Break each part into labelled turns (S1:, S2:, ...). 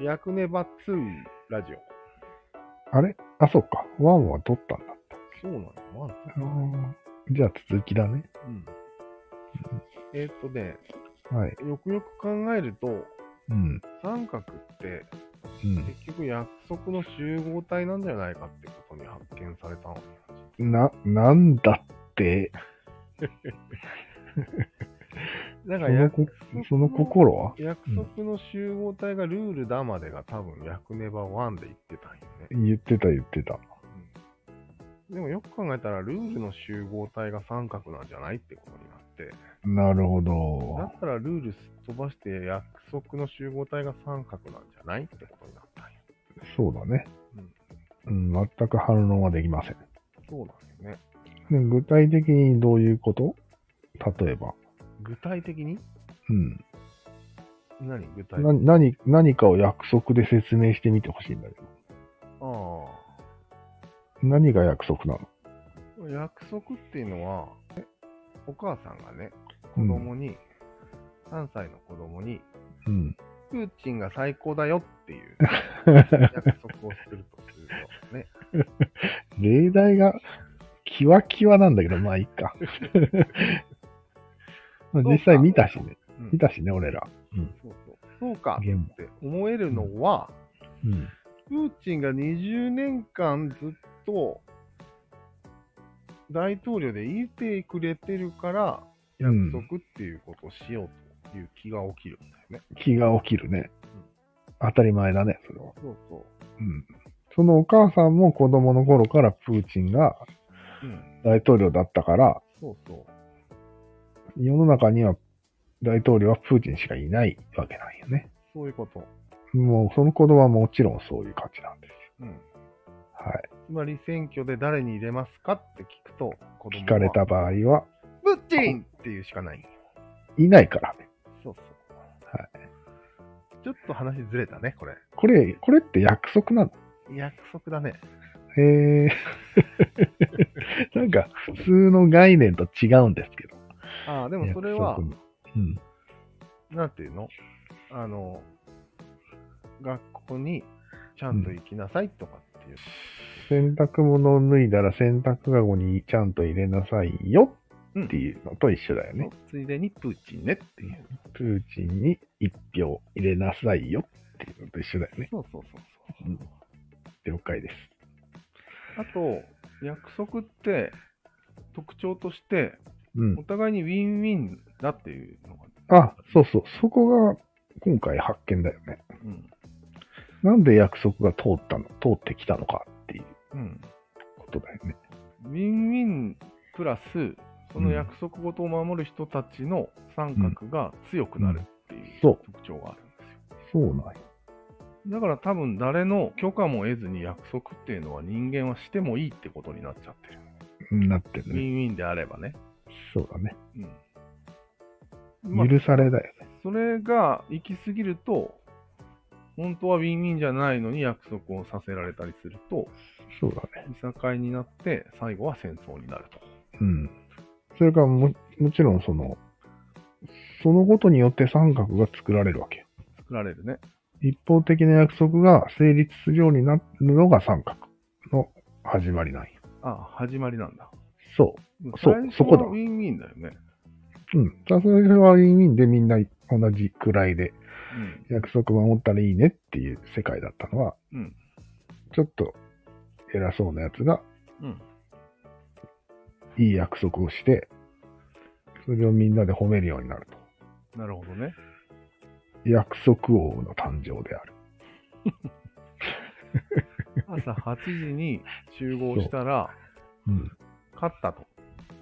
S1: ヤクネバ2ラジオ。
S2: あれあ、そうか。ワンは撮ったんだった。
S1: そうなのワン
S2: あーじゃあ続きだね。
S1: うん。えーっとね、
S2: はい。
S1: よくよく考えると、
S2: うん。
S1: 三角って
S2: うん。
S1: 結局約束の集合体なんじゃないかってことに発見されたのに。
S2: な、なんだって、
S1: だか
S2: そ
S1: ら
S2: の
S1: 約
S2: こその心は
S1: 約束の集合体がルールだまでが多分ヤクネバ1で言ってたんよね。
S2: 言ってた言ってた。
S1: うんでもよく考えたらルールの集合体が三角なんじゃないってことになって、
S2: なるほ
S1: だ
S2: ど。
S1: ったらルールすっ飛ばして約束の集合体が三角なんじゃないってことになったんよ。
S2: そうだね。
S1: うん、
S2: うん、全く反論はできません。
S1: そうなんよね。
S2: で具体的にどういうこと例えば。
S1: 具体的に
S2: うん。
S1: 何具体的
S2: な
S1: に
S2: 何、何かを約束で説明してみてほしいんだけ
S1: あ
S2: ど。
S1: あ。
S2: 何が約束なの
S1: 約束っていうのは、えお母さんがね、
S2: う
S1: 子
S2: ん
S1: 供に、3歳の子供に、
S2: うん。
S1: プーチンが最高だよっていう約束をするとするとね。
S2: 例題がキワキワなんだけど、まあいい か。まあ実際見たしね。
S1: うん
S2: 見たしね、俺ら。うん。
S1: そうそうそうか
S2: ゲーム。
S1: って思えるのは、
S2: うん。
S1: プーチンが20年間ずっと大統領でいてくれてるから、
S2: う
S1: 約
S2: ん
S1: 束っていうことをしようという気が起きるんだよね。
S2: 気が起きるね。当たり前だね、それは。
S1: そうそう。
S2: うん。そのお母さんも子供の頃からプーチンが
S1: うん、
S2: 大統領だったから、
S1: そうそう。
S2: 世の中には大統領はプーチンしかいないわけなんよね。
S1: そういうこと。
S2: もうその子供はもちろんそういう感じなんです
S1: う
S2: よ。
S1: ん
S2: はい。
S1: つまり選挙で誰に入れますかって聞くと、子供は
S2: 聞かれた場合は、
S1: プッチンっていうしかない。
S2: いないからね。
S1: そうそう。
S2: はい。
S1: ちょっと話ずれたね、これ。
S2: これ、これって約束なの
S1: 約束だね。
S2: へえ。なんか、普通の概念と違うんですけど。
S1: ああ、で
S2: で
S1: もそれは、
S2: うん。
S1: なんていうのあの、学校にちゃんと行きなさいとかっていう。
S2: 洗濯物を脱いだら洗濯かごにちゃんと入れなさいよ
S1: うん
S2: っていうのと一緒だよね。
S1: ついでにプーチンねっていう。
S2: プーチンに一票入れなさいよっていうのと一緒だよね。
S1: そうそうそうそう。
S2: うん了解です。
S1: あと、約束って特徴として、
S2: うん
S1: お。互いにウィンウィンだっていうのが。
S2: あ、そうそう。そこが今回発見だよね。
S1: うん。
S2: なんで約束が通ったの、通ってきたのかっていう
S1: うん。
S2: ことだよね。
S1: ウィンウィンプラス、その約束事を守る人たちの三角が強くなるっていう
S2: うんそう
S1: 特徴があるんですよ。
S2: そうなんよ。
S1: だから多分誰の許可も得ずに約束っていうのは人間はしてもいいってことになっちゃってる。
S2: なって
S1: ウ
S2: る
S1: ィ
S2: ね。
S1: ンウィンであればね。
S2: そうだね。
S1: うん。まあ、
S2: 許されだよね。
S1: それが行き過ぎると、本当はウィンウィンじゃないのに約束をさせられたりすると、
S2: そうだね。
S1: いさかいになって最後は戦争になると。
S2: うん。それからも、もちろんその、そのことによって三角が作られるわけ。
S1: 作られるね。
S2: 一方的な約束が成立するようになるのが三角の始まりなんよ。
S1: ああ、始まりなんだ。
S2: そそ
S1: 最
S2: う
S1: 初は
S2: そこだ
S1: ウィンウィンだよね。
S2: う。うん。さすがにはウィンウィンでみんな同じくらいで約束守ったらいいねっていう世界だったのは、
S1: うん。うん。
S2: ちょっと偉そうなやつが
S1: うん。
S2: いい約束をして、それをみんなで褒めるようになると。
S1: なるほどね。
S2: 約束王の誕生である。
S1: 朝8時に集合したら、
S2: うん。
S1: 勝ったと。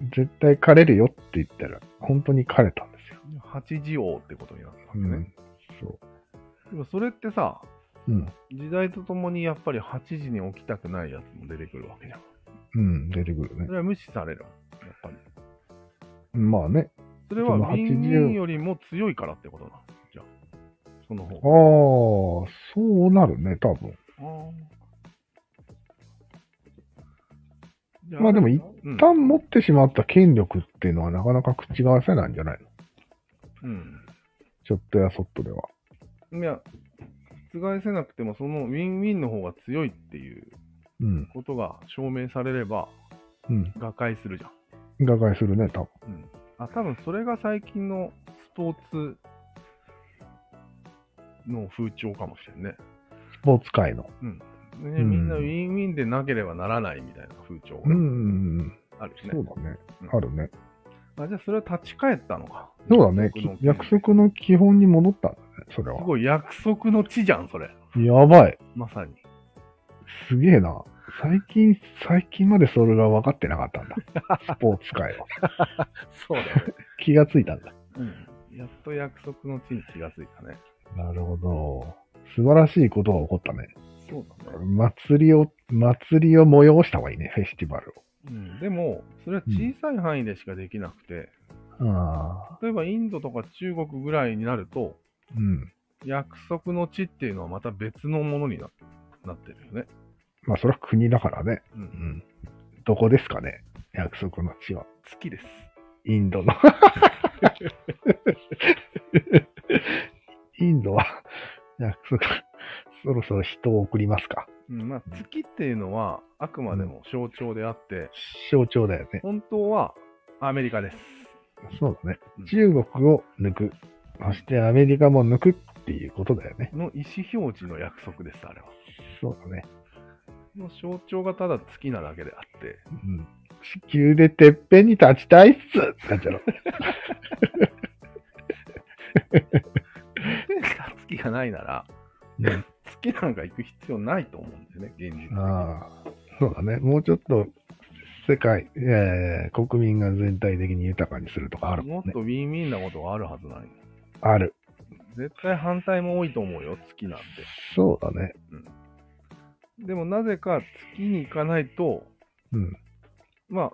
S2: 絶対枯れるよって言ったら、本当に枯れたんですよ。
S1: 8時王ってことになったわけ
S2: う
S1: ね。
S2: ん。そ
S1: でもそれってさ、
S2: う。うん。
S1: 時代とともにやっぱり8時に起きたくないやつも出てくるわけじゃん。
S2: うん、出てくるね
S1: そ。れは無視される。やっぱり。
S2: まあね。
S1: それは
S2: その
S1: ビ
S2: 8
S1: ン
S2: 時
S1: ビンよりも強いからってことなの。じゃあ、その
S2: ああ、
S1: 方が。
S2: そうなるね、多分。
S1: じゃ
S2: まあでも
S1: れ
S2: 一旦持ってしまった権力っていうのはなかなか口が合わせないんじゃないの
S1: うん。
S2: ちょっとやそっとでは。
S1: うん。いや、覆せなくても、そのウィンウィンの方が強いっていう
S2: うん。
S1: ことが証明されれば、
S2: うん。
S1: 瓦解するじゃん。
S2: 瓦解するね、多分。
S1: うん。あ、多分それが最近のスポーツの風潮かもしれんね。
S2: スポーツ界の。
S1: ね
S2: うん
S1: みんなウィンウィンでなければならないみたいな風潮
S2: うんう
S1: が
S2: んうん。
S1: あるしね。
S2: そうだね
S1: う。ん
S2: あるね。
S1: あじゃあそれは立ち返ったのか。
S2: そうだね。き
S1: 約
S2: 約
S1: 束の
S2: 束の基本に戻ったんだね、そ
S1: 地。
S2: れ
S1: す
S2: は。
S1: ごい約束の地じゃん、それ。
S2: やばい。
S1: まさに。
S2: すげえな。最近、最近までそれが分かってなかったんだ。スポーツ界は。
S1: そうだね。
S2: 気がついたんだ。
S1: うん。やっと約束の地に気がついたね。
S2: なるほど。素晴らしいことが起こったね。
S1: そうだね。
S2: 祭りを、祭りを催した方がいいね、フェスティバルを。
S1: うん、でも、それは小さい範囲でしかできなくて、
S2: ああ、
S1: 例えばインドとか中国ぐらいになると、
S2: うん。
S1: 約束の地っていうのはまた別のものにななってるよね。
S2: まあ、それは国だからね。
S1: う。
S2: うんん。どこですかね、約束の地は。
S1: 月です。
S2: インドの。 インドは、約束、そろそろ人を送りますか。
S1: うん、まあ月っていうのはあくまでも象徴であって、
S2: 象徴だよね。
S1: 本当はアメリカです。
S2: そうだね
S1: うん。
S2: 中国を抜く。そしてアメリカも抜くっていうことだよね。
S1: の意思表示の約束です、あれは。
S2: そうだね。
S1: の象徴がただ月なだけであって、
S2: うん地球でてっぺんに立ちたいっすってなんちゃろ。
S1: 月がないなら、
S2: うん
S1: 月なんか行く必要ないと思うんだよね、現実。
S2: ああ、そうだね。もうちょっと世界、えー、国民が全体的に豊かにするとかある
S1: も
S2: もん
S1: っ
S2: ね。
S1: とウィンウィンなことがあるはずない。
S2: ある。
S1: 絶対反対も多いと思うよ、月なんて。
S2: そうだね。
S1: でもなぜか月に行かないと、
S2: うん。
S1: まあ、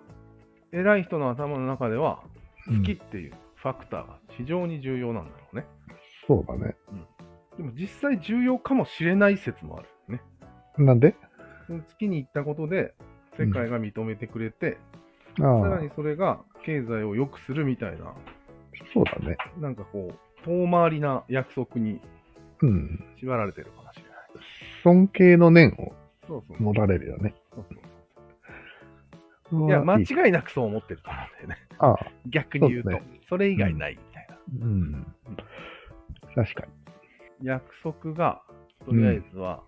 S1: 偉い人の頭の中では、
S2: うん
S1: 月っていうファクターが非常に重要なんだろうね。
S2: そうだね。
S1: でも実際重要かもしれない説もあるよね。
S2: なんで
S1: その月に行ったことで、世界が認めてくれて、
S2: ああ
S1: さ、らにそれが経済を良くするみたいな、
S2: そうだね。
S1: なんかこう、遠回りな約束に
S2: うん。
S1: 縛られてるかもしれない。
S2: 尊敬の念を
S1: そうそう。
S2: 持たれるよね。
S1: そうそういや、間違いなくそう思ってると思うんだよね。
S2: ああ、
S1: 逆に言うと。
S2: そ
S1: そ,、
S2: うで
S1: れ以外ないみたいな。
S2: うん。確か
S1: 約束が、とりあえずは、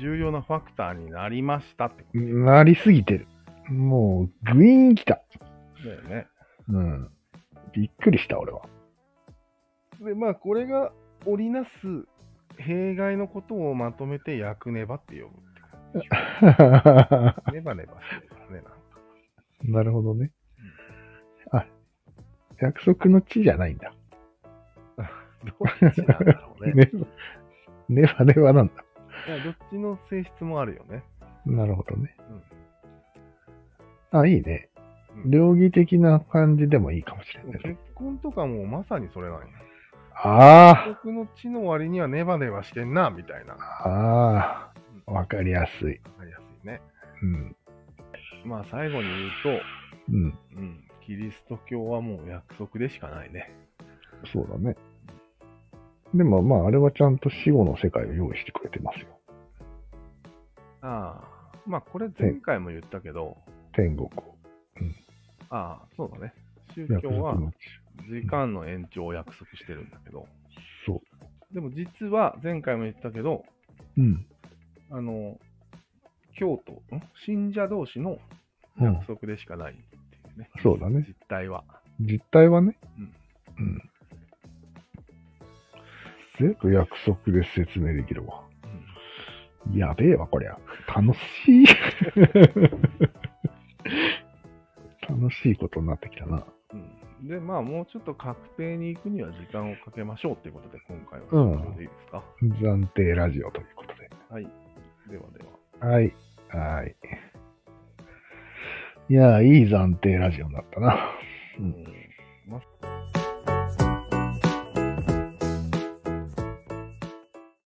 S1: 重要なファクターになりましたってこ
S2: に。なりすぎてる。もう、グイーン来た。
S1: とだよね。
S2: うん。びっくりした、俺は。
S1: で、まあ、これが織りなす弊害のことをまとめて、役ネバって呼ぶって感じでしょネバネバしてるからね、なんか。
S2: なるほどね。あ、約束の地じゃないんだ。
S1: どっちなんだろ うね。
S2: ねネバネバなんだ。
S1: いやどっちの性質もあるよね。
S2: なるほどね。あ、いいね。
S1: うん
S2: 両義的な感じでもいいかもしれないね。
S1: 結婚とかもまさにそれなんや。
S2: あ
S1: 僕の地の割にはネバネバしてんな、みたいな。
S2: あ、ああ、わかりやすい。
S1: わかりやすいね。
S2: うん。
S1: まあ最後に言う
S2: うん。
S1: と、うん、キリスト教はもう約束でしかないね。
S2: そうだね。でもまあ、あれはちゃんと死後の世界を用意してくれてますよ。
S1: ああ、まあこれ前回も言ったけど、
S2: 天国を。
S1: ああ、そうだね。宗
S2: 約
S1: 教
S2: 束
S1: は
S2: の地。
S1: 時間の延長を約束してるんだけど、
S2: そ
S1: でも実は前回も言ったけど、
S2: う。うん。
S1: あの、京都、ん信者同士の
S2: うん
S1: 約、束でしかないっていうね。
S2: そうだね
S1: 実態は。
S2: 実態はね。
S1: うん
S2: うん。全部約束で説明できるわ。
S1: うん
S2: やべえわ、こりゃ。楽しい。 楽しいことになってきたな。
S1: うんで、まあ、もうちょっと確定に行くには時間をかけましょうということで、今回は
S2: うん
S1: 以上でいいですか、
S2: 暫定ラジオということで。
S1: はい。ではでは。
S2: はい。はい。いやー、いい暫定ラジオになったな。うん
S1: うん